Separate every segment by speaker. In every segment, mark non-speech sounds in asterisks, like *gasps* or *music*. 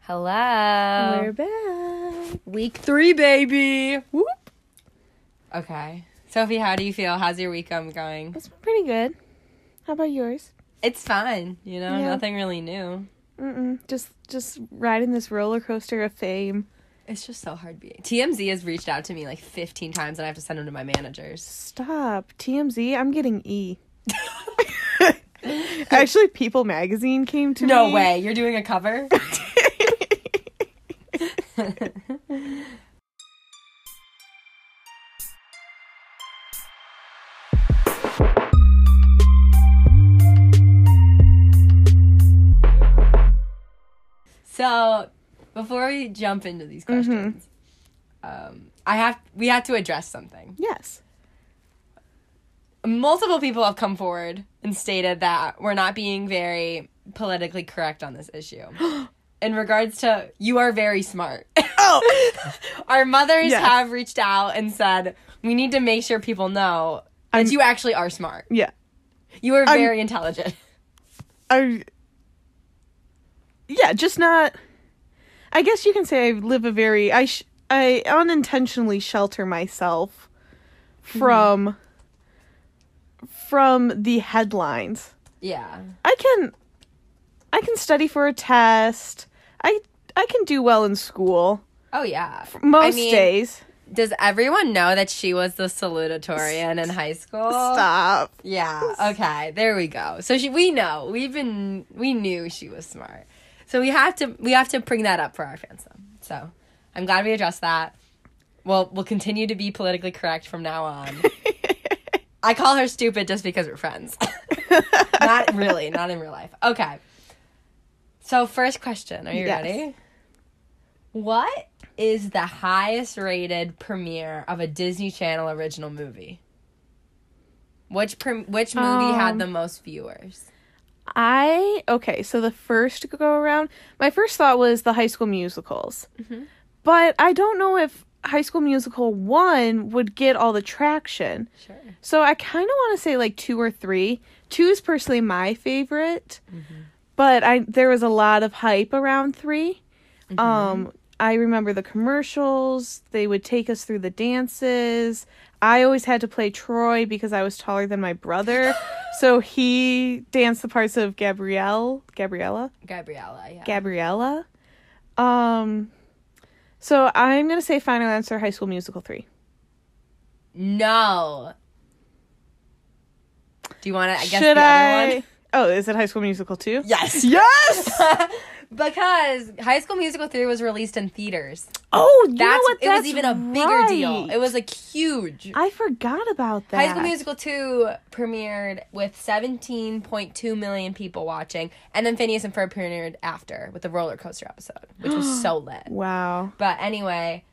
Speaker 1: Hello.
Speaker 2: We're Oh, back.
Speaker 1: Week three, baby.
Speaker 2: Whoop.
Speaker 1: Okay. Sophie, how do you feel? How's your week um, going?
Speaker 2: It's been pretty good. How about yours?
Speaker 1: It's fine. You know,
Speaker 2: Yeah.
Speaker 1: nothing really new.
Speaker 2: Mm-mm. Just just riding this roller coaster of fame.
Speaker 1: It's just so hard being. TMZ has reached out to me like 15 times and I have to send them to my *laughs* managers.
Speaker 2: Stop. TMZ, I'm getting *laughs* E. Actually, People magazine came to
Speaker 1: No
Speaker 2: me.
Speaker 1: way. You're doing a
Speaker 2: *laughs*
Speaker 1: cover? so, before we jump into these
Speaker 2: Mm-hmm.
Speaker 1: questions, um, I have we have to address something.
Speaker 2: Yes.
Speaker 1: Multiple people have come forward and stated that we're not being very politically correct on this
Speaker 2: *gasps*
Speaker 1: issue. In regards to you are very smart. *laughs*
Speaker 2: Oh.
Speaker 1: Our mothers
Speaker 2: Yes.
Speaker 1: have reached out and said, we need to make sure people know that
Speaker 2: I'm-
Speaker 1: you actually are smart.
Speaker 2: *laughs* yeah.
Speaker 1: You are
Speaker 2: I'm-
Speaker 1: very intelligent. *laughs*
Speaker 2: I. Yeah, just not. I guess you can say I live a very I sh- I unintentionally shelter myself Mm-hmm. from from the headlines.
Speaker 1: Yeah.
Speaker 2: I can I can study for a test. I I can do well in school
Speaker 1: Oh, yeah.
Speaker 2: most
Speaker 1: I mean,
Speaker 2: days.
Speaker 1: Does everyone know that she was the salutatorian in high school?
Speaker 2: Stop. *laughs*
Speaker 1: Yeah. Okay. There we go. So she, we know we've been we knew she was smart. So we have to we have to bring that up for our fans. Though. So I'm glad we addressed that. Well, we'll continue to be politically correct from now on. I call her stupid just because we're friends. *laughs* not really. Not in real life. Okay. So first question. Are you
Speaker 2: Yes.
Speaker 1: ready? What is the highest rated premiere of a Disney Channel original movie? Which prim- which movie had
Speaker 2: Um,
Speaker 1: the most viewers?
Speaker 2: I okay, so the first go around, my first thought was the high school musicals.
Speaker 1: Mm-hmm.
Speaker 2: But I don't know if High School Musical 1 would get all the traction.
Speaker 1: Sure.
Speaker 2: So I kind of want to say like 2 or 3. 2 is personally my favorite.
Speaker 1: Mm-hmm.
Speaker 2: But I there was a lot of hype around 3.
Speaker 1: Mm-hmm.
Speaker 2: Um, I remember the commercials. They would take us through the dances. I always had to play Troy because I was taller than
Speaker 1: *laughs*
Speaker 2: my brother, so he danced the parts of Gabrielle, Gabriella,
Speaker 1: Gabriella, yeah.
Speaker 2: Gabriella. Um, so I'm gonna say final answer: High School Musical three.
Speaker 1: no. Do you want to I guess
Speaker 2: Should
Speaker 1: the
Speaker 2: I?
Speaker 1: other one?
Speaker 2: Oh, is it High School Musical two?
Speaker 1: Yes. *laughs*
Speaker 2: Yes.
Speaker 1: because High School Musical 3 was released in theaters.
Speaker 2: oh, you
Speaker 1: That's,
Speaker 2: know what?
Speaker 1: it
Speaker 2: That's
Speaker 1: was even a bigger deal.
Speaker 2: right.
Speaker 1: It was like huge.
Speaker 2: I forgot about that.
Speaker 1: High School Musical 2 premiered with 17.2 million people watching, and then Phineas and Ferb premiered after with the roller coaster episode, which
Speaker 2: *gasps*
Speaker 1: was so lit.
Speaker 2: Wow.
Speaker 1: But anyway,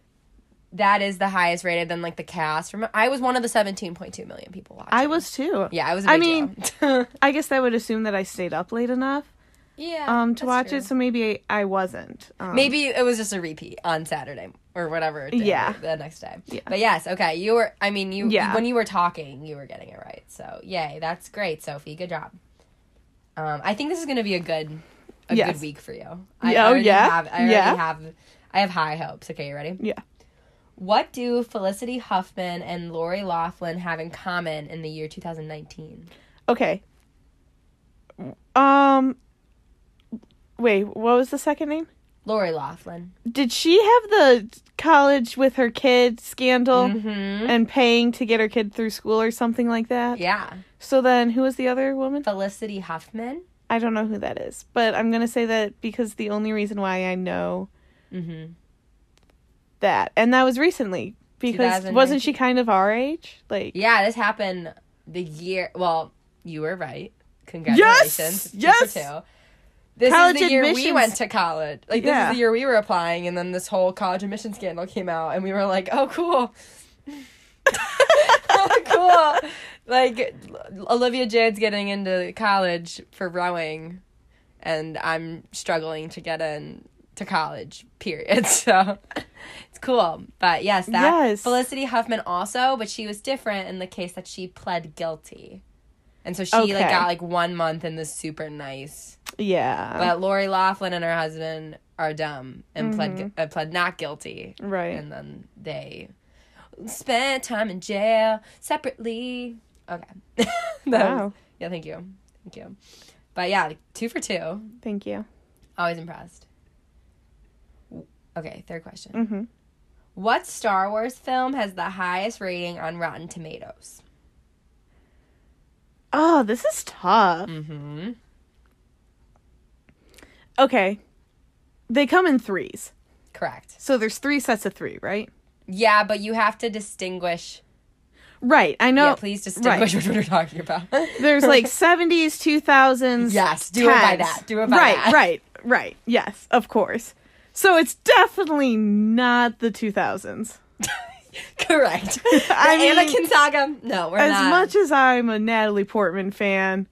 Speaker 1: that is the highest rated than like the cast. Remember, I was one of the 17.2 million people watching.
Speaker 2: I was too.
Speaker 1: yeah, I was. I
Speaker 2: I mean-
Speaker 1: mean,
Speaker 2: I guess that would assume that I stayed up late enough
Speaker 1: *laughs* yeah,
Speaker 2: um to
Speaker 1: that's
Speaker 2: watch
Speaker 1: true.
Speaker 2: it, so maybe I, I wasn't. Um,
Speaker 1: Maybe it was just a repeat on Saturday or whatever. Day,
Speaker 2: Yeah.
Speaker 1: the next day.
Speaker 2: Yeah.
Speaker 1: But yes, okay. You were. I mean, you.
Speaker 2: Yeah.
Speaker 1: When you were talking, you were getting it right. So yay, that's great, Sophie. Good job. Um, I think this is gonna be a good, a good
Speaker 2: Yes.
Speaker 1: week for you.
Speaker 2: Yeah, oh,
Speaker 1: already
Speaker 2: yeah,
Speaker 1: Have, I already
Speaker 2: yeah.
Speaker 1: have. I have high hopes. Okay, you ready?
Speaker 2: Yeah.
Speaker 1: What do Felicity Huffman and Lori Laughlin have in common in the year 2019?
Speaker 2: Okay. Um. Wait, what was the second name?
Speaker 1: Lori Laughlin.
Speaker 2: Did she have the college with her kid scandal
Speaker 1: Mm-hmm.
Speaker 2: and paying to get her kid through school or something like that?
Speaker 1: Yeah.
Speaker 2: So then, who was the other woman?
Speaker 1: Felicity Huffman.
Speaker 2: I don't know who that is, but I'm gonna say that because the only reason why I know
Speaker 1: Mm-hmm.
Speaker 2: that, and that was recently because
Speaker 1: 2019.
Speaker 2: wasn't she kind of our age? Like,
Speaker 1: Yeah, this happened the year. Well, you were right. Congratulations. Two
Speaker 2: Yes!
Speaker 1: for two. This
Speaker 2: College
Speaker 1: is the year we
Speaker 2: admissions-
Speaker 1: went to college. Like, this
Speaker 2: Yeah.
Speaker 1: is the year we were applying, and then this whole college admission scandal came out, and we were like, oh, cool. *laughs* Oh, cool. Like, Olivia Jade's getting into college for rowing, and I'm struggling to get in to college, period. *laughs* So it's cool. But yes, that
Speaker 2: Yes.
Speaker 1: Felicity Huffman also, but she was different in the case that she pled guilty. And so she like
Speaker 2: Okay.
Speaker 1: got like one month in this super nice.
Speaker 2: Yeah.
Speaker 1: But Lori Laughlin and her husband are dumb and pled uh, pled not guilty.
Speaker 2: Mm-hmm. right.
Speaker 1: And then they spent time in jail separately. Okay. *laughs* That was-
Speaker 2: wow.
Speaker 1: yeah. Thank you. Thank you. But yeah, two for two.
Speaker 2: Thank you.
Speaker 1: Always impressed. Okay, third question.
Speaker 2: Mhm.
Speaker 1: What Star Wars film has the highest rating on Rotten Tomatoes?
Speaker 2: Oh, this is tough.
Speaker 1: Mm-hmm.
Speaker 2: Okay. They come in threes.
Speaker 1: Correct.
Speaker 2: So there's three sets of three, right?
Speaker 1: Yeah, but you have to distinguish.
Speaker 2: Right. I know
Speaker 1: yeah, please distinguish which one you're talking about.
Speaker 2: *laughs*
Speaker 1: *laughs*
Speaker 2: there's like 70s, 2000s.
Speaker 1: Yes, do it by
Speaker 2: 10s.
Speaker 1: that. Do it by
Speaker 2: right,
Speaker 1: that.
Speaker 2: Right, right, right. Yes, of course. So it's definitely not the 2000s.
Speaker 1: correct.
Speaker 2: *laughs* I
Speaker 1: The
Speaker 2: mean,
Speaker 1: Anakin saga. No, we're
Speaker 2: As
Speaker 1: not.
Speaker 2: much as I'm a Natalie Portman fan,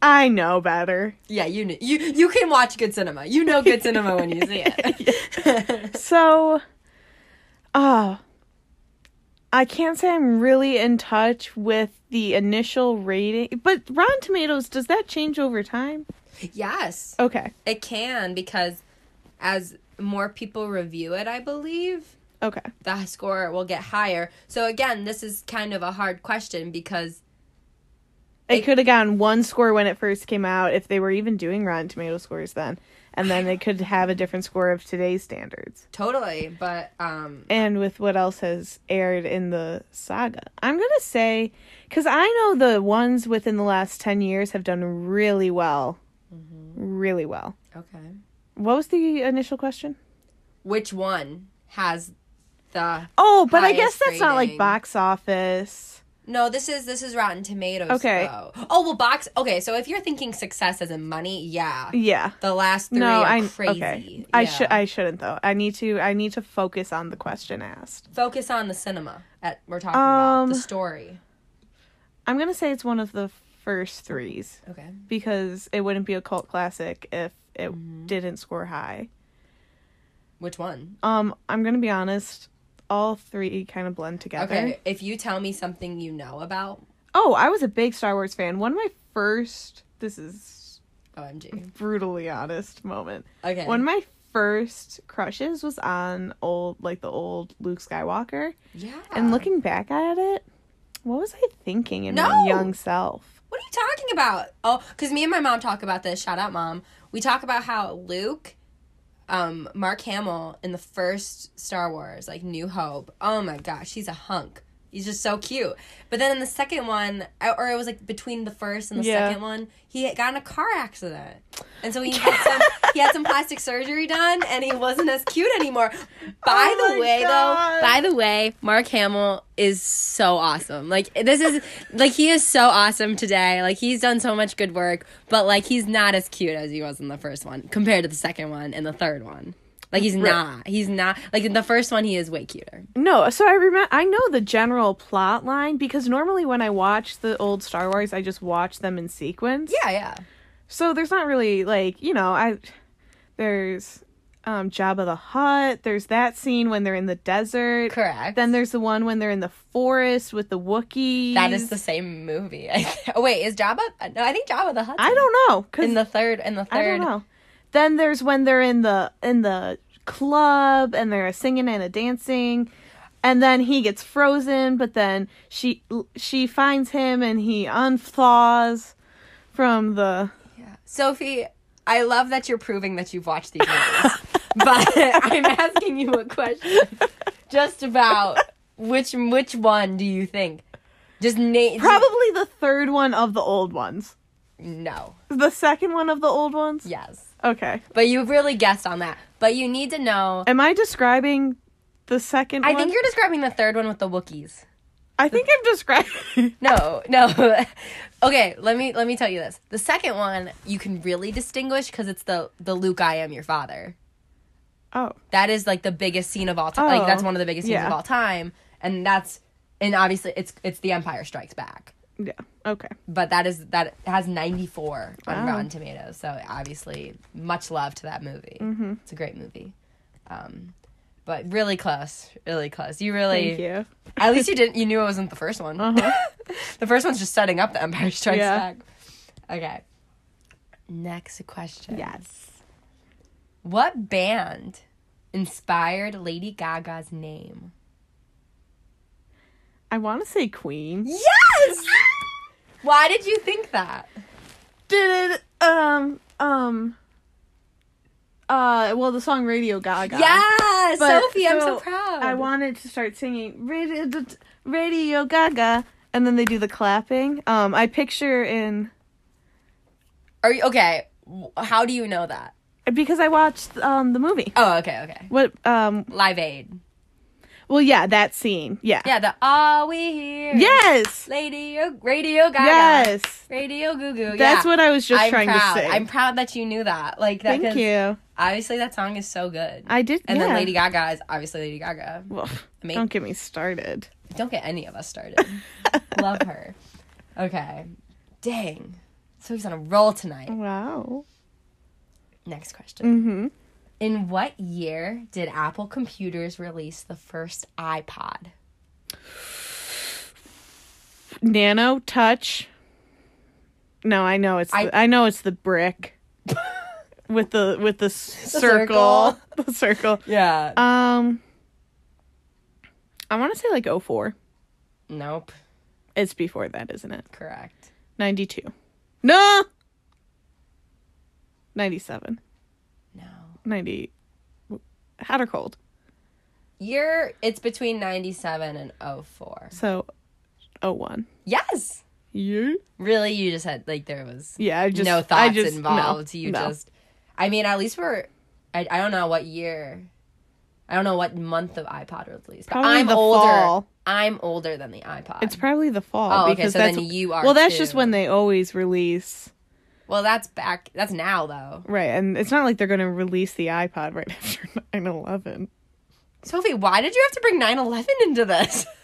Speaker 2: I know better.
Speaker 1: Yeah, you kn- you you can watch good cinema. You know good cinema when you see
Speaker 2: *laughs*
Speaker 1: it.
Speaker 2: So, uh, I can't say I'm really in touch with the initial rating, but Rotten Tomatoes, does that change over time?
Speaker 1: *laughs* yes,
Speaker 2: Okay,
Speaker 1: it can because as more people review it, I believe
Speaker 2: okay.
Speaker 1: the score will get higher. So again, this is kind of a hard question because
Speaker 2: It
Speaker 1: It-
Speaker 2: could have gotten one score when it first came out if they were even doing Rotten Tomato scores then. And then they could have a different score of today's standards.
Speaker 1: totally, but um
Speaker 2: And with what else has aired in the saga. I'm going to say, because I know the ones within the last 10 years have done really well. Really well.
Speaker 1: okay.
Speaker 2: What was the initial question?
Speaker 1: Which one has the
Speaker 2: Oh, but I guess
Speaker 1: Highest
Speaker 2: that's not
Speaker 1: rating.
Speaker 2: like box office.
Speaker 1: No, this is this is Rotten Tomatoes.
Speaker 2: Okay.
Speaker 1: though. Oh well, box. Okay, so if you're thinking success as in money, yeah,
Speaker 2: Yeah.
Speaker 1: the last three
Speaker 2: No,
Speaker 1: are
Speaker 2: I
Speaker 1: crazy.
Speaker 2: okay. I
Speaker 1: Yeah.
Speaker 2: should I shouldn't though. I need to I need to focus on the question asked.
Speaker 1: focus on the cinema at we're talking about the
Speaker 2: Um,
Speaker 1: story.
Speaker 2: I'm gonna say it's one of the first threes
Speaker 1: Okay.
Speaker 2: because it wouldn't be a cult classic if it didn't score high.
Speaker 1: Which one?
Speaker 2: Um, I'm gonna be honest, all three kind of blend together.
Speaker 1: Okay. If you tell me something you know about,
Speaker 2: Oh, I was a big Star Wars fan. One of my first this is
Speaker 1: OMG.
Speaker 2: brutally honest moment.
Speaker 1: Okay.
Speaker 2: One of my first crushes was on old like the old Luke Skywalker.
Speaker 1: yeah.
Speaker 2: And looking back at it, what was I thinking in
Speaker 1: No!
Speaker 2: my young self?
Speaker 1: What are you talking about? Oh, because me and my mom talk about this. Shout out, mom. We talk about how Luke, um, Mark Hamill in the first Star Wars, like New Hope. Oh my gosh, he's a hunk. He's just so cute. But then in the second one, I- or it was like between the first and the
Speaker 2: Yeah.
Speaker 1: second one, he had got in a car accident, and so he had some he had some plastic surgery done, and he wasn't as cute anymore. By
Speaker 2: Oh
Speaker 1: the
Speaker 2: my
Speaker 1: way,
Speaker 2: God.
Speaker 1: though, by the way, Mark Hamill is so awesome. Like this is like he is so awesome today. Like he's done so much good work, but like he's not as cute as he was in the first one compared to the second one and the third one. Like he's not. He's not. Like in the first one, he is way cuter.
Speaker 2: No, so I remember I know the general plot line because normally when I watch the old Star Wars, I just watch them in sequence.
Speaker 1: Yeah, yeah.
Speaker 2: So there's not really like you know I there's um Jabba the Hutt. There's that scene when they're in the desert.
Speaker 1: Correct.
Speaker 2: Then there's the one when they're in the forest with the Wookiees.
Speaker 1: that is the same movie. oh wait, is Jabba? No, I think Jabba the Hutt.
Speaker 2: I don't know
Speaker 1: in
Speaker 2: because
Speaker 1: the third. In the third.
Speaker 2: I don't know. Then there's when they're in the in the club and they're singing and a dancing, and then he gets frozen, but then she she finds him and he unthaws from the.
Speaker 1: Sophie, I love that you're proving that you've watched these movies, *laughs* but I'm asking you a question just about which which one do you think? Just name.
Speaker 2: Probably the third one of the old ones.
Speaker 1: no.
Speaker 2: The second one of the old ones?
Speaker 1: Yes.
Speaker 2: Okay.
Speaker 1: But you really guessed on that. But you need to know.
Speaker 2: Am I describing the second
Speaker 1: I
Speaker 2: one?
Speaker 1: think you're describing the third one with the Wookiees.
Speaker 2: I think I'm describing. *laughs*
Speaker 1: No, *laughs* no. okay, let me let me tell you this. The second one you can really distinguish because it's the the Luke I am your father.
Speaker 2: oh.
Speaker 1: that is like the biggest scene of all time. Like
Speaker 2: Oh,
Speaker 1: that's one of the biggest scenes
Speaker 2: yeah.
Speaker 1: of all time, and that's and obviously it's it's The Empire Strikes Back,
Speaker 2: Yeah. Okay.
Speaker 1: but that is that has ninety four on
Speaker 2: Wow.
Speaker 1: Rotten
Speaker 2: Mm-hmm.
Speaker 1: Tomatoes. So obviously, much love to that movie. It's a great movie. Um, but really close, really close. You really
Speaker 2: Thank you.
Speaker 1: At least you didn't. You knew it wasn't the first one.
Speaker 2: Uh-huh.
Speaker 1: *laughs* the first one's just setting up the Empire Strikes
Speaker 2: Yeah.
Speaker 1: Back. Okay. Next question.
Speaker 2: Yes.
Speaker 1: What band inspired Lady Gaga's name?
Speaker 2: I want to say Queen.
Speaker 1: Yes. Why did you think that?
Speaker 2: Did it, um um uh well the song Radio Gaga.
Speaker 1: Yes,
Speaker 2: But-
Speaker 1: Sophie. I'm so
Speaker 2: so
Speaker 1: proud.
Speaker 2: I wanted to start singing Radio, Radio Gaga and then they do the clapping. Um I picture in
Speaker 1: Are you okay? w- How do you know that?
Speaker 2: because I watched um the movie.
Speaker 1: Oh, okay, okay.
Speaker 2: What um
Speaker 1: Live Aid.
Speaker 2: well yeah, that scene. Yeah.
Speaker 1: Yeah, the Are We Here?
Speaker 2: Yes.
Speaker 1: Lady uh, Radio Gaga.
Speaker 2: Yes.
Speaker 1: Radio Goo Goo.
Speaker 2: That's what I was just
Speaker 1: I'm
Speaker 2: trying
Speaker 1: proud.
Speaker 2: to say.
Speaker 1: I'm proud that you knew that. Like that.
Speaker 2: Thank
Speaker 1: 'cause
Speaker 2: you.
Speaker 1: Obviously, that song is so good.
Speaker 2: I did
Speaker 1: and then
Speaker 2: yeah.
Speaker 1: Lady Gaga is obviously Lady Gaga.
Speaker 2: Well,
Speaker 1: Ama-
Speaker 2: don't get me started.
Speaker 1: Don't get any of us
Speaker 2: *laughs*
Speaker 1: started. Love her. Okay. Dang. So he's on a roll tonight.
Speaker 2: Mm. Wow.
Speaker 1: Next question.
Speaker 2: Mhm.
Speaker 1: In what year did Apple Computers release the first iPod?
Speaker 2: Nano touch. No, I know it's
Speaker 1: I-
Speaker 2: the, I know it's the brick *laughs* with the with the s- circle, *laughs* the circle.
Speaker 1: Yeah.
Speaker 2: Um I want to say like 04.
Speaker 1: nope.
Speaker 2: It's before that, isn't it?
Speaker 1: Correct.
Speaker 2: 92. No. 97.
Speaker 1: No.
Speaker 2: 90 hot or cold.
Speaker 1: You're it's between 97 and 04.
Speaker 2: So oh, 01.
Speaker 1: Yes.
Speaker 2: Yeah.
Speaker 1: Really you just had like there was
Speaker 2: Yeah, I just
Speaker 1: no
Speaker 2: I
Speaker 1: thoughts
Speaker 2: just- no,
Speaker 1: involved. you
Speaker 2: no.
Speaker 1: just I mean, at least we're I, I don't know what year. I don't know what month of iPod was released. But
Speaker 2: Probably
Speaker 1: I'm
Speaker 2: the
Speaker 1: older.
Speaker 2: fall.
Speaker 1: I'm older than the iPod.
Speaker 2: It's probably the fall
Speaker 1: Oh, okay,
Speaker 2: because
Speaker 1: so
Speaker 2: that's
Speaker 1: then you are
Speaker 2: Well, that's just
Speaker 1: too.
Speaker 2: when they always release.
Speaker 1: well, that's back that's now though.
Speaker 2: Right, and it's not like they're going to release the iPod right *laughs* after 9/11.
Speaker 1: Sophie, why did you have to bring 9/11 into this? *laughs*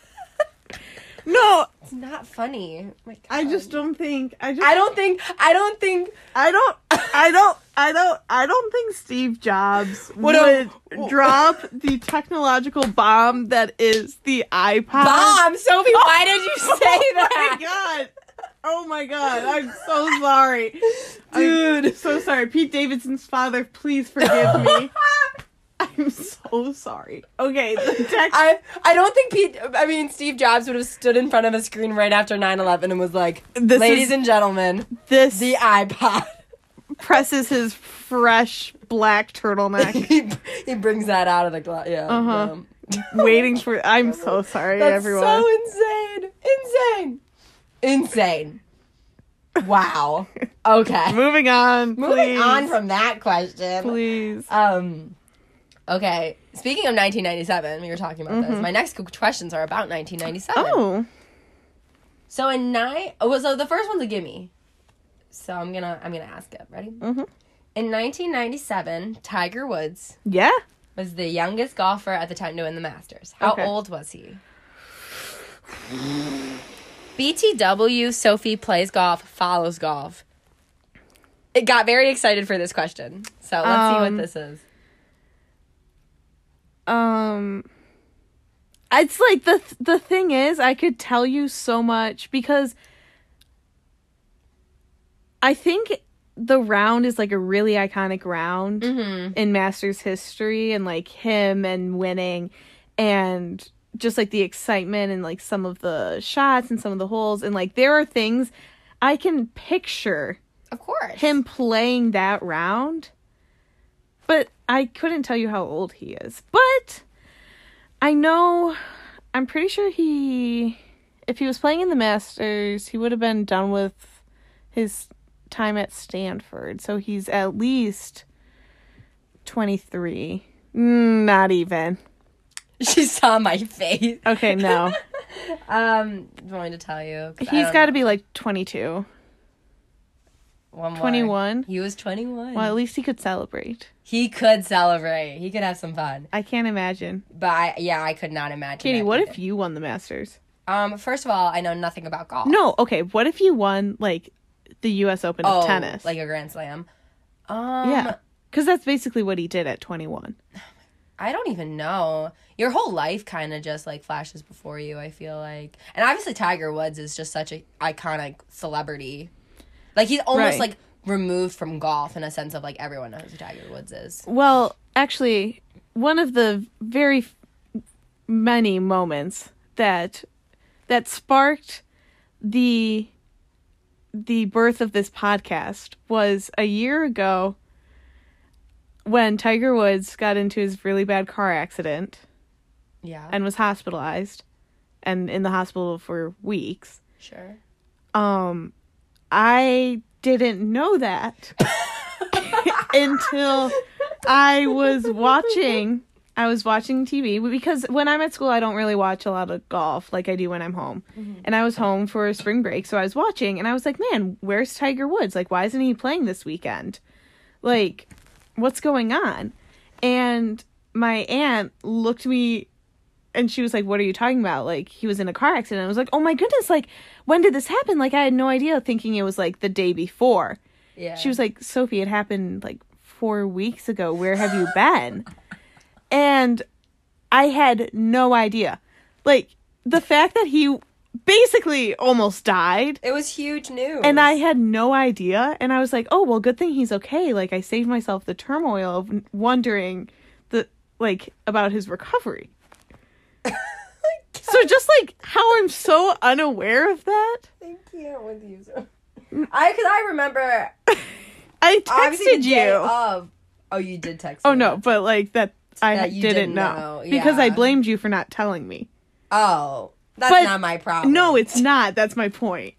Speaker 2: No,
Speaker 1: it's not funny. Oh My
Speaker 2: I
Speaker 1: God.
Speaker 2: just don't think I just
Speaker 1: I don't think I don't think
Speaker 2: I don't I don't I don't I don't think Steve Jobs would
Speaker 1: a-
Speaker 2: drop the technological bomb that is the iPod.
Speaker 1: Bomb,
Speaker 2: *laughs*
Speaker 1: Sophie, why did you say
Speaker 2: Oh *laughs*
Speaker 1: that?
Speaker 2: my god. Oh my god. I'm so sorry. Dude, I'm so sorry. Pete Davidson's father, please forgive *laughs* me. I'm so sorry. Okay, the text
Speaker 1: I I don't think Pete. I mean, Steve Jobs would have stood in front of a screen right after 9-11 and was like,
Speaker 2: This
Speaker 1: "Ladies
Speaker 2: is-
Speaker 1: and gentlemen,
Speaker 2: this
Speaker 1: the iPod."
Speaker 2: presses his fresh black *laughs* turtleneck,
Speaker 1: *laughs* he, he brings that out of the glass. Yeah.
Speaker 2: Uh-huh.
Speaker 1: dumb.
Speaker 2: waiting for. I'm so sorry,
Speaker 1: That's
Speaker 2: everyone.
Speaker 1: so insane, insane, insane. Wow.
Speaker 2: *laughs*
Speaker 1: Okay.
Speaker 2: Moving on.
Speaker 1: Moving
Speaker 2: please.
Speaker 1: on from that question.
Speaker 2: please.
Speaker 1: Um, okay. Speaking of 1997, we were talking about this. My next questions are about 1997.
Speaker 2: Oh,
Speaker 1: So in nine, oh, well, so the first one's a gimme. So I'm gonna I'm gonna ask it. Ready? Mm-hmm. In 1997, Tiger Woods
Speaker 2: yeah.
Speaker 1: was the youngest golfer at the time to win the Masters. How
Speaker 2: Okay.
Speaker 1: old was he? BTW Sophie plays golf, follows golf. It got very excited for this question. So let's see
Speaker 2: Um,
Speaker 1: what this is.
Speaker 2: Um, it's like the the thing is, I could tell you so much because I think the round is like a really iconic round in Masters history, and like him and winning, and just like the excitement and like some of the shots and some of the holes, and like there are things I can picture
Speaker 1: Of course.
Speaker 2: him playing that round. But I couldn't tell you how old he is. But I know I'm pretty sure he if he was playing in the Masters, he would have been done with his time at Stanford. So he's at least 23. Mm, Not even.
Speaker 1: *laughs* She saw my face.
Speaker 2: Okay, no.
Speaker 1: Um, do you want me to tell you? Um, 'Cause I
Speaker 2: he's
Speaker 1: don't
Speaker 2: got to be like 22.
Speaker 1: know. One more.
Speaker 2: 21?
Speaker 1: He was 21.
Speaker 2: Well, at least he could celebrate.
Speaker 1: He could celebrate. He could have some fun.
Speaker 2: I can't imagine.
Speaker 1: But I, yeah, I could not imagine.
Speaker 2: Katie,
Speaker 1: that
Speaker 2: what
Speaker 1: either.
Speaker 2: if you won the Masters?
Speaker 1: Um, first of all, I know nothing about golf.
Speaker 2: No, okay. What if you won like the U.S. Open
Speaker 1: oh,
Speaker 2: of tennis?
Speaker 1: like a Grand Slam. Um,
Speaker 2: yeah, because that's basically what he did at 21.
Speaker 1: I don't even know. Your whole life kind of just like flashes before you, I feel like. And obviously Tiger Woods is just such a iconic celebrity. Like he's almost
Speaker 2: Right.
Speaker 1: like removed from golf in a sense of like everyone knows who Tiger Woods is.
Speaker 2: Well, actually, one of the very f- many moments that that sparked the the birth of this podcast was a year ago when Tiger Woods got into his really bad car accident
Speaker 1: Yeah.
Speaker 2: and was hospitalized and in the hospital for weeks.
Speaker 1: sure.
Speaker 2: Um I didn't know that until I was watching I was watching TV because when I'm at school I don't really watch a lot of golf like I do when I'm home. And I was home for spring break so I was watching and I was like, "Man, where's Tiger Woods? Like why isn't he playing this weekend? Like what's going on?" And my aunt looked me and she was like, "What are you talking about? Like he was in a car accident." I was like, "Oh my goodness! Like when did this happen? Like I had no idea, thinking it was like the day before."
Speaker 1: Yeah.
Speaker 2: She was like, "Sophie, it happened like four weeks ago. Where have you been?" and I had no idea. Like the fact that he basically almost died.
Speaker 1: It was huge news.
Speaker 2: And I had no idea. And I was like, oh, well, good thing he's okay. Like, I saved myself the turmoil of n- wondering the, like, about
Speaker 1: *laughs*
Speaker 2: his recovery. so just like how I'm so unaware of that.
Speaker 1: think you with you. *laughs* I cuz I remember
Speaker 2: I
Speaker 1: obviously
Speaker 2: texted
Speaker 1: the day
Speaker 2: you.
Speaker 1: of Oh, you did text
Speaker 2: Oh
Speaker 1: me.
Speaker 2: no, but like that I
Speaker 1: That you
Speaker 2: didn't,
Speaker 1: didn't
Speaker 2: know,
Speaker 1: know,
Speaker 2: because I
Speaker 1: yeah.
Speaker 2: blamed you for not telling me.
Speaker 1: Oh. That's
Speaker 2: But-
Speaker 1: not my problem.
Speaker 2: No, it's not. That's my point.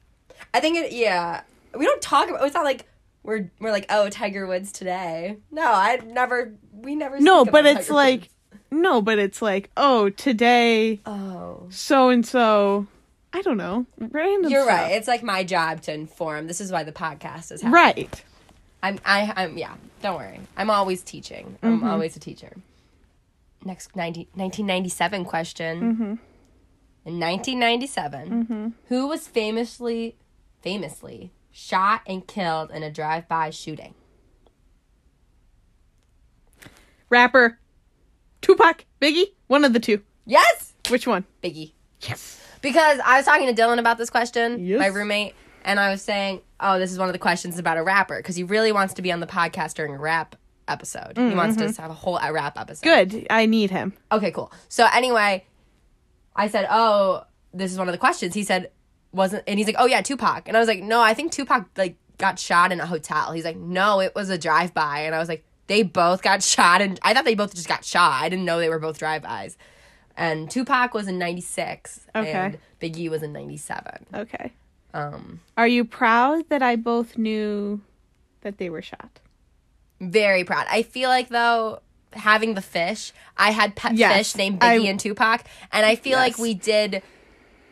Speaker 1: I think it. Yeah, we don't talk about. It's not like we're we're like oh Tiger Woods today. No, I never. We never.
Speaker 2: No,
Speaker 1: speak
Speaker 2: but
Speaker 1: about
Speaker 2: it's
Speaker 1: Tiger
Speaker 2: like
Speaker 1: Woods.
Speaker 2: no, but it's like, oh, today
Speaker 1: oh,
Speaker 2: so and so I don't know. Random
Speaker 1: you're
Speaker 2: stuff.
Speaker 1: right. It's like my job to inform. This is why the podcast is happening.
Speaker 2: Right.
Speaker 1: I'm. I. I'm. Yeah. Don't worry. I'm always teaching. I'm always a teacher. Next 90, 1997 question. In 1997, who was famously, famously shot and killed in a drive-by shooting?
Speaker 2: Rapper Tupac, Biggie, one of the two.
Speaker 1: Yes,
Speaker 2: Which one?
Speaker 1: Biggie.
Speaker 2: Yes.
Speaker 1: because I was talking to Dylan about this question,
Speaker 2: Yes.
Speaker 1: my roommate, and I was saying, "Oh, this is one of the questions about a rapper because he really wants to be on the podcast during a rap episode. He wants to have a whole rap episode."
Speaker 2: Good. I need him.
Speaker 1: Okay, cool. So anyway, I said, "Oh, this is one of the questions." He said, "Wasn't?" And he's like, "Oh yeah, Tupac." And I was like, "No, I think Tupac like got shot in a hotel." He's like, "No, it was a drive-by." And I was like, "They both got shot." And I thought they both just got shot. I didn't know they were both drive-bys. And Tupac was in '96,
Speaker 2: Okay.
Speaker 1: and Biggie was in '97.
Speaker 2: Okay.
Speaker 1: Um,
Speaker 2: Are you proud that I both knew that they were shot?
Speaker 1: very proud. I feel like though having the fish, I had pet
Speaker 2: Yes,
Speaker 1: fish named Biggie
Speaker 2: I-
Speaker 1: and Tupac, and I feel like
Speaker 2: Yes.
Speaker 1: we did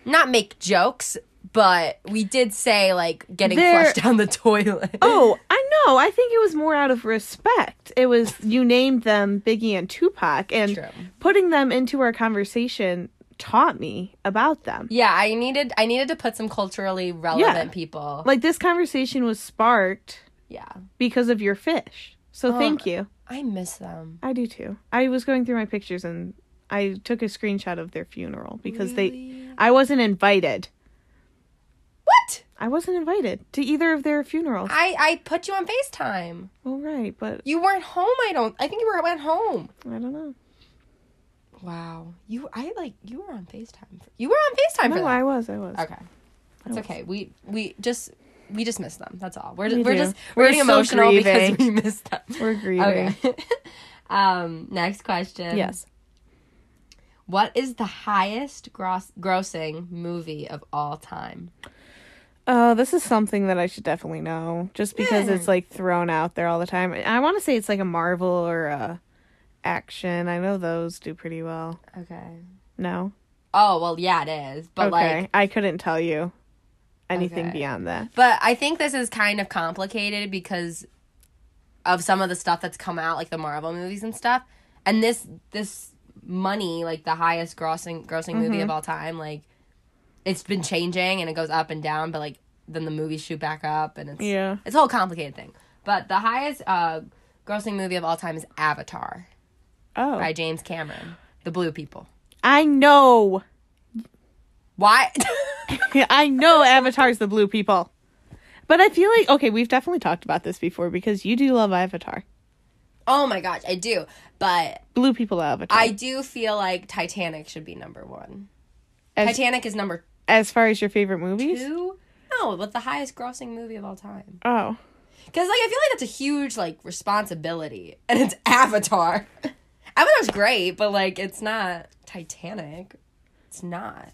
Speaker 1: not make jokes, but we did say like getting
Speaker 2: There-
Speaker 1: flushed down the toilet.
Speaker 2: Oh, I know. I think it was more out of respect. It was you named them Biggie and Tupac,
Speaker 1: *laughs*
Speaker 2: and
Speaker 1: True.
Speaker 2: putting them into our conversation taught me about them.
Speaker 1: Yeah, I needed I needed to put some culturally relevant
Speaker 2: Yeah.
Speaker 1: people.
Speaker 2: Like this conversation was sparked
Speaker 1: yeah.
Speaker 2: because of your fish. So
Speaker 1: Oh,
Speaker 2: thank you.
Speaker 1: I miss them.
Speaker 2: I do too. I was going through my pictures and I took a screenshot of their funeral because they I wasn't invited.
Speaker 1: What?
Speaker 2: I wasn't invited to either of their funerals.
Speaker 1: I I put you on FaceTime.
Speaker 2: Well, right, but
Speaker 1: You weren't home, I don't. I think you were went home.
Speaker 2: I don't know.
Speaker 1: Wow. You I like you were on FaceTime. For, you were on FaceTime for that.
Speaker 2: No, I was. I was.
Speaker 1: Okay. That's
Speaker 2: was-
Speaker 1: okay. We we just we just miss them. That's all. We're
Speaker 2: Oh. We
Speaker 1: we're
Speaker 2: do.
Speaker 1: just we're,
Speaker 2: We're
Speaker 1: getting
Speaker 2: so
Speaker 1: emotional because we
Speaker 2: grieving.
Speaker 1: miss them.
Speaker 2: *laughs* We're grieving.
Speaker 1: *laughs* Okay. um next question.
Speaker 2: Yes.
Speaker 1: What is the highest gross grossing movie of all time?
Speaker 2: Oh, this is something that I should definitely know, just because it's like thrown out there all the time. I want to say it's like a Marvel or a action. I know those do pretty well.
Speaker 1: Okay.
Speaker 2: No,
Speaker 1: Oh, well yeah, it is. But
Speaker 2: okay,
Speaker 1: like
Speaker 2: I couldn't tell you anything
Speaker 1: Okay.
Speaker 2: beyond that.
Speaker 1: but I think this is kind of complicated because of some of the stuff that's come out like the Marvel movies and stuff. And this this money like the highest grossing grossing movie of all time like it's been changing and it goes up and down but like then the movies shoot back up and it's
Speaker 2: Yeah.
Speaker 1: it's a whole complicated thing. But the highest uh grossing movie of all time is Avatar.
Speaker 2: Oh.
Speaker 1: by James Cameron. The Blue People.
Speaker 2: I know.
Speaker 1: Why? *laughs*
Speaker 2: I know Avatar's the blue people. But I feel like okay, we've definitely talked about this before because you do love Avatar.
Speaker 1: oh my gosh, I do. But
Speaker 2: Blue people Avatar.
Speaker 1: I do feel like Titanic should be number one.
Speaker 2: As-
Speaker 1: Titanic is number
Speaker 2: as far as your favorite movies?
Speaker 1: two. No, but the highest grossing movie of all time.
Speaker 2: Oh.
Speaker 1: Because like I feel like that's a huge like responsibility, and it's *laughs* Avatar. Avatar's great, but like it's not Titanic. It's not.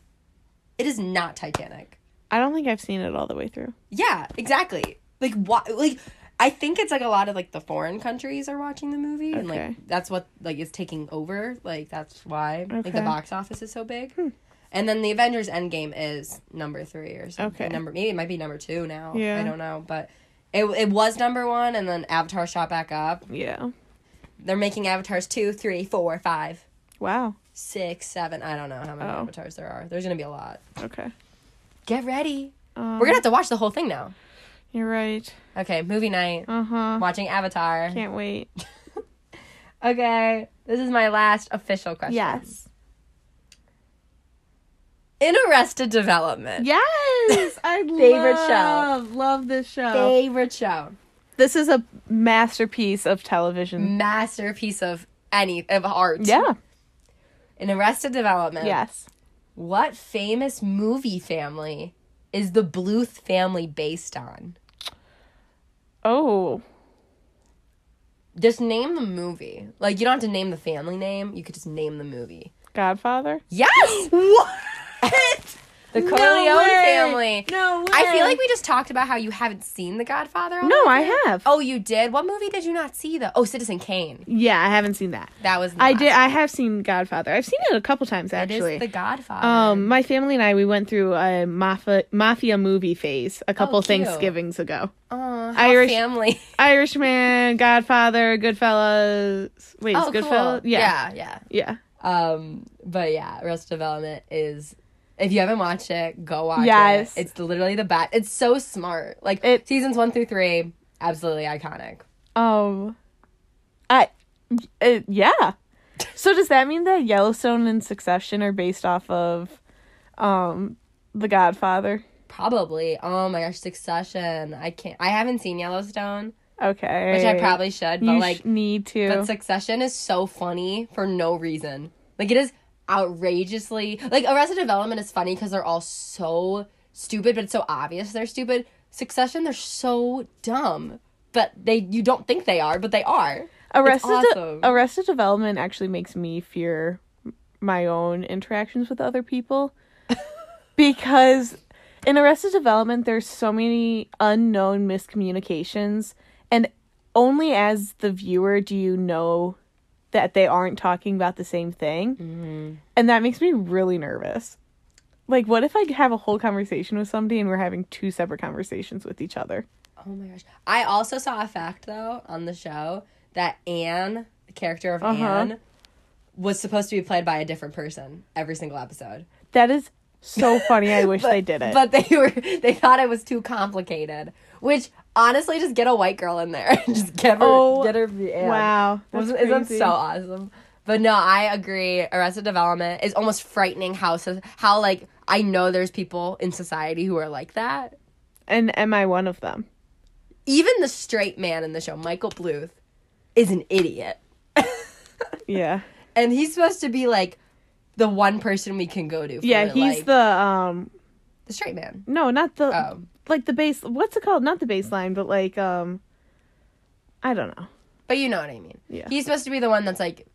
Speaker 1: It is not Titanic.
Speaker 2: I don't think I've seen it all the way through.
Speaker 1: Yeah, exactly. Like what? Like I think it's like a lot of like the foreign countries are watching the movie, and
Speaker 2: Okay.
Speaker 1: like that's what like is taking over. Like that's why like the
Speaker 2: Okay. Hmm.
Speaker 1: box office is so big. And then the Avengers Endgame is number three or something.
Speaker 2: Okay.
Speaker 1: Number maybe it might be number two now.
Speaker 2: Yeah.
Speaker 1: I don't know, but it it was number one, and then Avatar shot back up.
Speaker 2: Yeah.
Speaker 1: They're making Avatars two, three, four, five,
Speaker 2: Wow.
Speaker 1: six, seven. I don't know how many
Speaker 2: Oh.
Speaker 1: Avatars there are. There's gonna be a lot.
Speaker 2: Okay.
Speaker 1: Get ready.
Speaker 2: Um,
Speaker 1: We're gonna have to watch the whole thing now.
Speaker 2: You're right.
Speaker 1: Okay, movie night.
Speaker 2: Uh-huh.
Speaker 1: Watching Avatar.
Speaker 2: Can't wait.
Speaker 1: Okay, this is my last official question. *laughs*
Speaker 2: Yes.
Speaker 1: In Arrested Development.
Speaker 2: Yes. I
Speaker 1: Favorite show.
Speaker 2: love, Love this show.
Speaker 1: Favorite show.
Speaker 2: this is a masterpiece of television.
Speaker 1: Masterpiece of any of art.
Speaker 2: Yeah.
Speaker 1: In Arrested Development.
Speaker 2: Yes.
Speaker 1: What famous movie family is the Bluth family based on?
Speaker 2: Oh.
Speaker 1: Just name the movie. Like you don't have to name the family name. You could just name the movie.
Speaker 2: Godfather?
Speaker 1: Yes.
Speaker 2: *gasps* What?
Speaker 1: *laughs* the
Speaker 2: No
Speaker 1: Corleone
Speaker 2: way.
Speaker 1: family.
Speaker 2: No way.
Speaker 1: I feel like we just talked about how you haven't seen The Godfather. all
Speaker 2: No,
Speaker 1: that
Speaker 2: I
Speaker 1: time.
Speaker 2: have.
Speaker 1: Oh, you did. What movie did you not see though? Oh, Citizen Kane.
Speaker 2: Yeah, I haven't seen that.
Speaker 1: That was. the
Speaker 2: I
Speaker 1: last
Speaker 2: did. I have seen Godfather. I've seen it a couple times
Speaker 1: It is
Speaker 2: actually.
Speaker 1: The Godfather.
Speaker 2: Um, my family and I we went through a mafia mafia movie phase a couple
Speaker 1: cute.
Speaker 2: Thanksgivings ago.
Speaker 1: Aw, how
Speaker 2: Irish-
Speaker 1: family.
Speaker 2: Irishman, Godfather, Goodfellas. Wait,
Speaker 1: Oh,
Speaker 2: *laughs* it's Goodfellas.
Speaker 1: cool.
Speaker 2: Yeah,
Speaker 1: yeah,
Speaker 2: yeah,
Speaker 1: yeah. Um, but yeah, Arrested Development is. If you haven't watched it, go watch
Speaker 2: Yes.
Speaker 1: it. It's literally the best. It's so smart. Like
Speaker 2: It-
Speaker 1: seasons one through three, absolutely iconic.
Speaker 2: Um, I, uh, yeah. So does that mean that Yellowstone and Succession are based off of, um, The Godfather?
Speaker 1: Probably. Oh my gosh, Succession. I can't. I haven't seen Yellowstone,
Speaker 2: Okay,
Speaker 1: which I probably should. But
Speaker 2: you
Speaker 1: like,
Speaker 2: sh- need to.
Speaker 1: But Succession is so funny for no reason. Like it is outrageously like Arrested Development is funny because they're all so stupid, but it's so obvious they're stupid. Succession, they're so dumb, but they you don't think they are, but they are.
Speaker 2: Arrested De-
Speaker 1: awesome.
Speaker 2: Arrested Development actually makes me fear m- my own interactions with other people
Speaker 1: *laughs*
Speaker 2: because in Arrested Development there's so many unknown miscommunications and only as the viewer do you know that they aren't talking about the same thing.
Speaker 1: Mm-hmm.
Speaker 2: And that makes me really nervous. Like what if I have a whole conversation with somebody and we're having two separate conversations with each other?
Speaker 1: Oh my gosh! I also saw a fact though on the show that Anne, the character of
Speaker 2: Uh-huh.
Speaker 1: Anne, was supposed to be played by a different person every single episode.
Speaker 2: That is
Speaker 1: *laughs*
Speaker 2: so funny. I wish they did it.
Speaker 1: But they were they thought it was too complicated. Which honestly, just get a white girl in there and just get her
Speaker 2: Oh,
Speaker 1: get her be Anne.
Speaker 2: Wow. That's
Speaker 1: Wasn't- Isn't that
Speaker 2: crazy.
Speaker 1: so awesome? But no, I agree. Arrested Development is almost frightening how so- how like I know there's people in society who are like that.
Speaker 2: And am I one of them?
Speaker 1: Even the straight man in the show, Michael Bluth, is an idiot. *laughs*
Speaker 2: Yeah.
Speaker 1: And he's supposed to be like the one person we can go to. For,
Speaker 2: *laughs* Yeah, he's
Speaker 1: like,
Speaker 2: the um
Speaker 1: the straight man.
Speaker 2: no, not the
Speaker 1: Oh.
Speaker 2: like the base what's it called? Not the baseline, but like um I don't know.
Speaker 1: But you know what I mean.
Speaker 2: Yeah.
Speaker 1: He's supposed to be the one that's like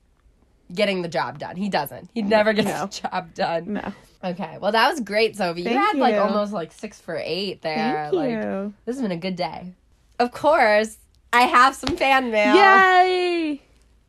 Speaker 1: getting the job done. He doesn't. He never gets
Speaker 2: Mm, No.
Speaker 1: the job done.
Speaker 2: No.
Speaker 1: Okay. Well, that was great, Sophie. you
Speaker 2: Thank
Speaker 1: had like
Speaker 2: you.
Speaker 1: almost like six for eight there.
Speaker 2: Thank
Speaker 1: like
Speaker 2: you.
Speaker 1: this has been a good day. Of course, I have some fan mail.
Speaker 2: Yay!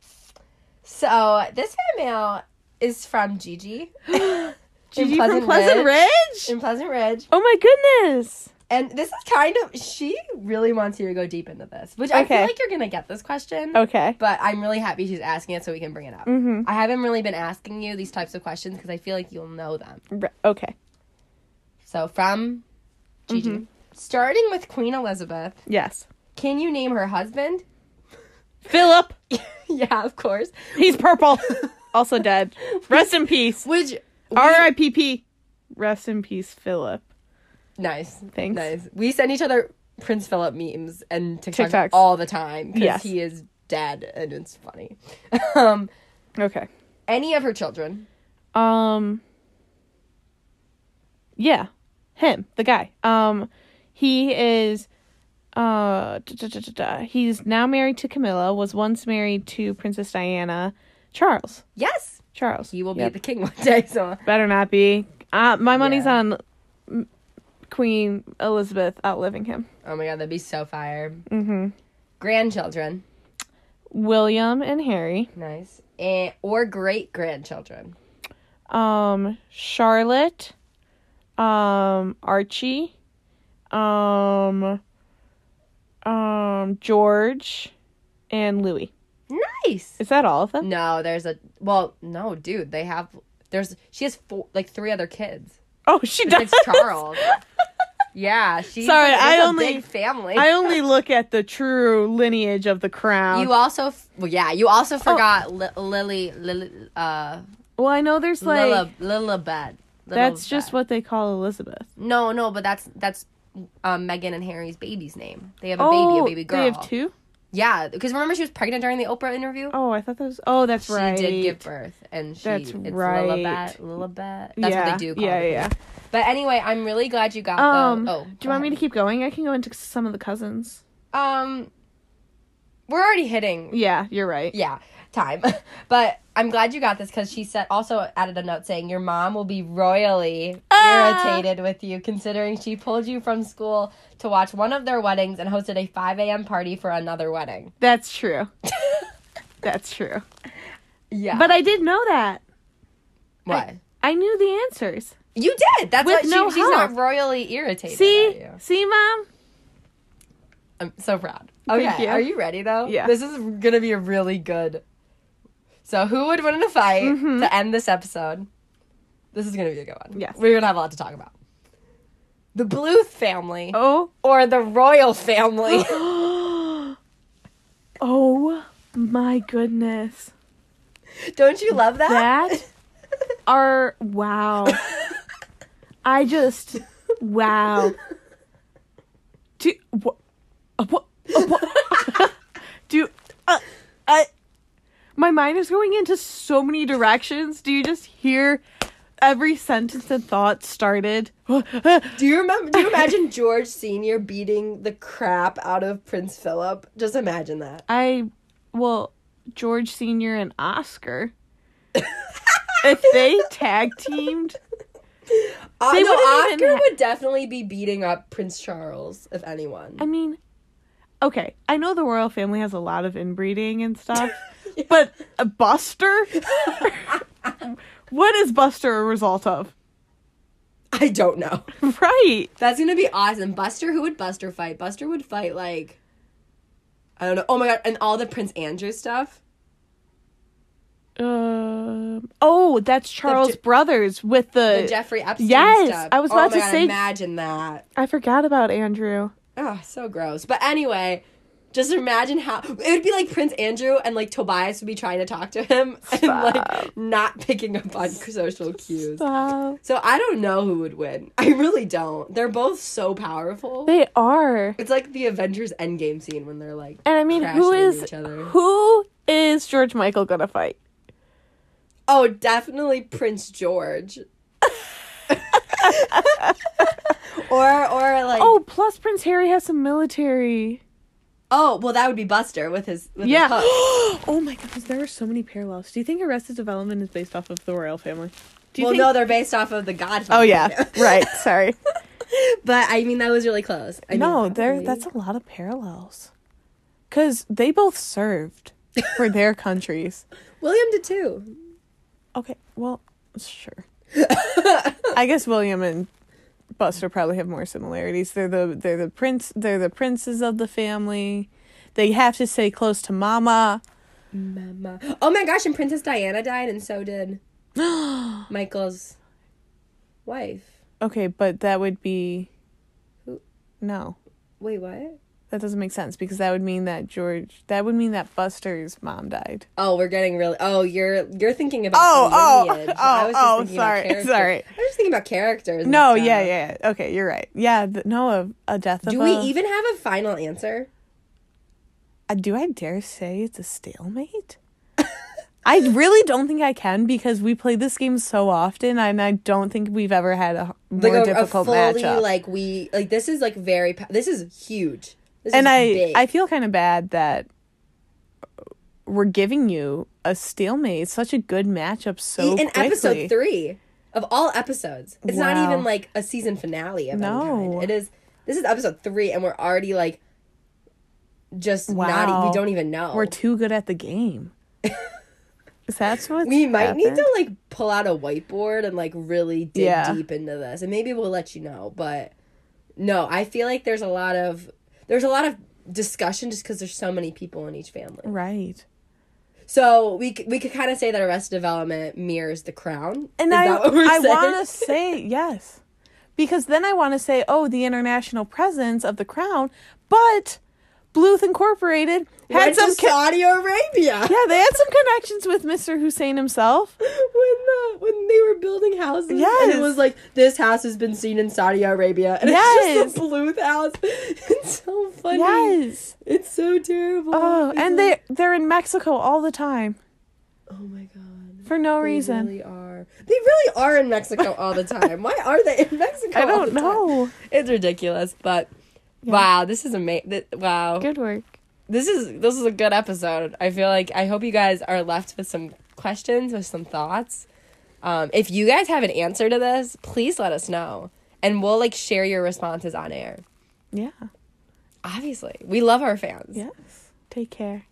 Speaker 2: *gasps*
Speaker 1: So this fan mail is from Gigi
Speaker 2: Gigi
Speaker 1: Pleasant
Speaker 2: from Pleasant
Speaker 1: Ridge.
Speaker 2: Ridge?
Speaker 1: in Pleasant Ridge.
Speaker 2: Oh my goodness.
Speaker 1: And this is kind of she really wants you to go deep into this, which I feel
Speaker 2: Okay. Oh.
Speaker 1: like you're gonna get this question.
Speaker 2: Okay.
Speaker 1: But I'm really happy she's asking it so we can bring it up.
Speaker 2: Mhm.
Speaker 1: I haven't really been asking you these types of questions because I feel like you'll know them.
Speaker 2: R- okay.
Speaker 1: So from Gigi, starting with Queen Elizabeth,
Speaker 2: Yes.
Speaker 1: can you name her husband?
Speaker 2: Philip.
Speaker 1: *laughs* yeah, of course. *laughs*
Speaker 2: He's purple. also dead. Rest in peace.
Speaker 1: Which
Speaker 2: R.I.P.P. Rest in peace, Philip.
Speaker 1: nice,
Speaker 2: Thanks.
Speaker 1: nice. We send each other Prince Philip memes and TikToks,
Speaker 2: TikToks.
Speaker 1: all the time because
Speaker 2: Yes.
Speaker 1: he is dead and it's funny. *laughs* um,
Speaker 2: Okay.
Speaker 1: any of her children?
Speaker 2: Um. Yeah, him, the guy. Um, he is. Uh, da- da- da- da- da. he's now married to Camilla. Was once married to Princess Diana. Charles.
Speaker 1: Yes,
Speaker 2: Charles.
Speaker 1: he will be
Speaker 2: Yep.
Speaker 1: the king one day. So
Speaker 2: Better not be. Uh, my money's
Speaker 1: Yeah.
Speaker 2: on mm, Queen Elizabeth outliving him.
Speaker 1: oh my god, that'd be so fire.
Speaker 2: hmm
Speaker 1: Grandchildren,
Speaker 2: William and Harry.
Speaker 1: nice, and, or great grandchildren.
Speaker 2: Um, Charlotte. Um, Archie. Um, um, George, and Louis.
Speaker 1: Nice.
Speaker 2: Is that all of them?
Speaker 1: No, there's a well, no, dude. They have there's she has four like three other kids.
Speaker 2: *laughs* Oh, she does.
Speaker 1: It's Charles. yeah, she's
Speaker 2: Sorry,
Speaker 1: like,
Speaker 2: I
Speaker 1: that's a
Speaker 2: only-
Speaker 1: big family.
Speaker 2: *laughs* I only look at the true lineage of the crown.
Speaker 1: you also f- well, yeah, you
Speaker 2: Oh.
Speaker 1: also forgot Li- Lily Lily uh
Speaker 2: well, I know there's like
Speaker 1: Lilla Lilibet.
Speaker 2: that's just
Speaker 1: Lilibet.
Speaker 2: what they call Elizabeth.
Speaker 1: No, no, but that's that's um Megan and Harry's baby's name. They have a baby,
Speaker 2: oh,
Speaker 1: a baby girl.
Speaker 2: they have two.
Speaker 1: Yeah, because remember she was pregnant during the Oprah interview?
Speaker 2: Oh, I thought that was. Oh, that's
Speaker 1: She
Speaker 2: right.
Speaker 1: did give birth, and she
Speaker 2: That's
Speaker 1: it's
Speaker 2: right.
Speaker 1: Lilibet, Lilibet. That's
Speaker 2: yeah,
Speaker 1: what they do. Call
Speaker 2: yeah,
Speaker 1: it.
Speaker 2: yeah.
Speaker 1: But anyway, I'm really glad you got
Speaker 2: Um,
Speaker 1: the. Oh,
Speaker 2: do you want me to keep going? I can go into some of the cousins.
Speaker 1: Um, we're already hitting.
Speaker 2: Yeah, you're right.
Speaker 1: Yeah, time. *laughs* but I'm glad you got this because she said also added a note saying your mom will be royally
Speaker 2: Ah.
Speaker 1: irritated with you considering she pulled you from school to watch one of their weddings and hosted a 5 a.m. party for another wedding.
Speaker 2: That's true. That's true.
Speaker 1: Yeah,
Speaker 2: But I did know that.
Speaker 1: what?
Speaker 2: I knew the answers.
Speaker 1: you did. That's
Speaker 2: With
Speaker 1: what she,
Speaker 2: no
Speaker 1: she's not
Speaker 2: help.
Speaker 1: royally irritated. at
Speaker 2: See?
Speaker 1: you.
Speaker 2: See, mom?
Speaker 1: I'm so proud. Okay,
Speaker 2: Thank you.
Speaker 1: are you ready though?
Speaker 2: Yeah.
Speaker 1: This is gonna be a really good. So, who would win in a fight
Speaker 2: Mhm.
Speaker 1: to end this episode? This is gonna be a good one.
Speaker 2: Yes.
Speaker 1: We're gonna have a lot to talk about. The Bluth family
Speaker 2: Oh. *gasps*
Speaker 1: or the royal
Speaker 2: *laughs*
Speaker 1: family?
Speaker 2: oh my goodness.
Speaker 1: Don't you love that? *laughs*
Speaker 2: That are wow. I just wow. Do uh, what? What? *laughs* Do uh, I? My mind is going into so many directions. Do you just hear every sentence and thought started? *gasps*
Speaker 1: do you remember? Do
Speaker 2: *laughs*
Speaker 1: you imagine George Senior beating the crap out of Prince Philip? Just imagine that.
Speaker 2: I well, George Senior and
Speaker 1: *laughs*
Speaker 2: Oscar. if they tag teamed,
Speaker 1: Uh,
Speaker 2: They
Speaker 1: no,
Speaker 2: wouldn't even
Speaker 1: Oscar
Speaker 2: ha-
Speaker 1: would definitely be beating up Prince Charles, if anyone.
Speaker 2: I mean, okay, I know the royal family has a lot of inbreeding
Speaker 1: *laughs*
Speaker 2: and stuff, but a Buster? what is Buster a result of?
Speaker 1: I don't know.
Speaker 2: Right.
Speaker 1: That's gonna be awesome. Buster, who would Buster fight? Buster would fight like I don't know. Oh my god, and all the Prince Andrew stuff.
Speaker 2: Um. oh, that's Charles
Speaker 1: Je-
Speaker 2: Brothers with the.
Speaker 1: The Jeffrey Epstein
Speaker 2: Uh, yes,
Speaker 1: stuff.
Speaker 2: I was
Speaker 1: Oh
Speaker 2: about
Speaker 1: my
Speaker 2: to
Speaker 1: God,
Speaker 2: say-
Speaker 1: Imagine that.
Speaker 2: I forgot about Andrew.
Speaker 1: Oh, so gross. But anyway, just imagine how it would be like Prince Andrew and like Tobias would be trying to talk to him *laughs* and like not picking up on social cues.
Speaker 2: Wow.
Speaker 1: So I don't know who would win. I really don't. They're both so powerful.
Speaker 2: They are.
Speaker 1: It's like the Avengers Endgame scene when they're like
Speaker 2: And I mean, who
Speaker 1: crashing into
Speaker 2: is
Speaker 1: each other.
Speaker 2: who is George Michael gonna fight?
Speaker 1: Oh, definitely Prince George. or or like oh.
Speaker 2: Oh, plus Prince Harry has some military.
Speaker 1: oh, well that would be Buster with his with
Speaker 2: Yeah.
Speaker 1: his hook.
Speaker 2: *gasps* oh my goodness, there are so many parallels. Do you think Arrested Development is based off of the royal family? Do you
Speaker 1: Well
Speaker 2: think?
Speaker 1: no, they're based off of the Godfather.
Speaker 2: oh *laughs* yeah, right. Sorry.
Speaker 1: *laughs* But I mean that was really close. I mean,
Speaker 2: no, there.
Speaker 1: probably.
Speaker 2: That's a lot of parallels. Cause they both served for *laughs* their countries.
Speaker 1: William did too.
Speaker 2: Okay, well, *laughs* sure. I guess William and Buster probably have more similarities. They're the they're the prince they're the princes of the family. They have to stay close to Mama.
Speaker 1: Mama. Oh my gosh, and Princess Diana died and so did
Speaker 2: *gasps*
Speaker 1: Michael's wife.
Speaker 2: Okay, but that would be
Speaker 1: Who-
Speaker 2: no.
Speaker 1: Wait, what?
Speaker 2: That doesn't make sense because that would mean that George. That would mean that Buster's mom died.
Speaker 1: Oh, we're getting really. Oh, you're you're thinking about
Speaker 2: Oh,
Speaker 1: the lineage.
Speaker 2: *laughs* oh,
Speaker 1: I
Speaker 2: oh,
Speaker 1: was just
Speaker 2: oh,
Speaker 1: thinking about
Speaker 2: sorry,
Speaker 1: characters.
Speaker 2: sorry.
Speaker 1: I was just thinking about characters. and
Speaker 2: No,
Speaker 1: stuff.
Speaker 2: yeah, yeah, yeah. Okay, you're right. Yeah, th- no, a, a death of
Speaker 1: Do
Speaker 2: a-
Speaker 1: we even have a final answer?
Speaker 2: Uh, do I dare say it's a stalemate? *laughs* I really don't think I can because we play this game so often, and I don't think we've ever had a h- more
Speaker 1: Like a, a
Speaker 2: difficult
Speaker 1: fully
Speaker 2: matchup.
Speaker 1: like we like this is like very pa- this is huge. This
Speaker 2: and
Speaker 1: is
Speaker 2: I,
Speaker 1: big. E,
Speaker 2: I feel kind of bad that we're giving you a stalemate. It's such a good matchup. So
Speaker 1: in
Speaker 2: quickly.
Speaker 1: E, episode three of all episodes. It's not
Speaker 2: Wow.
Speaker 1: even like a season finale of
Speaker 2: No.
Speaker 1: any kind. It is. This is episode three, and we're already like just not. e-
Speaker 2: Wow.
Speaker 1: We don't even know.
Speaker 2: we're too good at
Speaker 1: *laughs*
Speaker 2: the game. Is that what
Speaker 1: we might need to like pull out a whiteboard and like really dig
Speaker 2: Yeah.
Speaker 1: deep into this, and maybe we'll let you know. But no, I feel like there's a lot of there's a lot of discussion just because there's so many people in each family.
Speaker 2: right.
Speaker 1: So we c- we could kind of say that Arrested Development mirrors The Crown.
Speaker 2: And
Speaker 1: Is
Speaker 2: I,
Speaker 1: that what we're
Speaker 2: I
Speaker 1: saying? *laughs*
Speaker 2: want to say yes, because then I want to say, oh, the international presence of the crown, but Bluth Incorporated had
Speaker 1: Went
Speaker 2: some,
Speaker 1: to
Speaker 2: con-
Speaker 1: Saudi Arabia. *laughs*
Speaker 2: yeah, they had some connections with Mr. Hussein himself.
Speaker 1: when the when they were building houses and it
Speaker 2: Yes.
Speaker 1: was like this house has been seen in Saudi Arabia and it's just
Speaker 2: Yes.
Speaker 1: a Bluth house. *laughs* It's so funny.
Speaker 2: Yes.
Speaker 1: It's so terrible.
Speaker 2: Oh,
Speaker 1: It's
Speaker 2: and
Speaker 1: like-
Speaker 2: they they're in Mexico all the time
Speaker 1: Oh my god.
Speaker 2: for no
Speaker 1: They
Speaker 2: reason.
Speaker 1: really are. They really are in Mexico all the time. Why are they in Mexico?
Speaker 2: I
Speaker 1: all
Speaker 2: don't
Speaker 1: the time?
Speaker 2: know.
Speaker 1: It's ridiculous, but wow, this is amazing. Wow,
Speaker 2: Good work.
Speaker 1: this is this is a good episode. I feel like I hope you guys are left with some questions, with some thoughts. Um, if you guys have an answer to this, please let us know, and we'll like share your responses on air.
Speaker 2: Yeah.
Speaker 1: Obviously, we love our fans.
Speaker 2: Yes. Take care.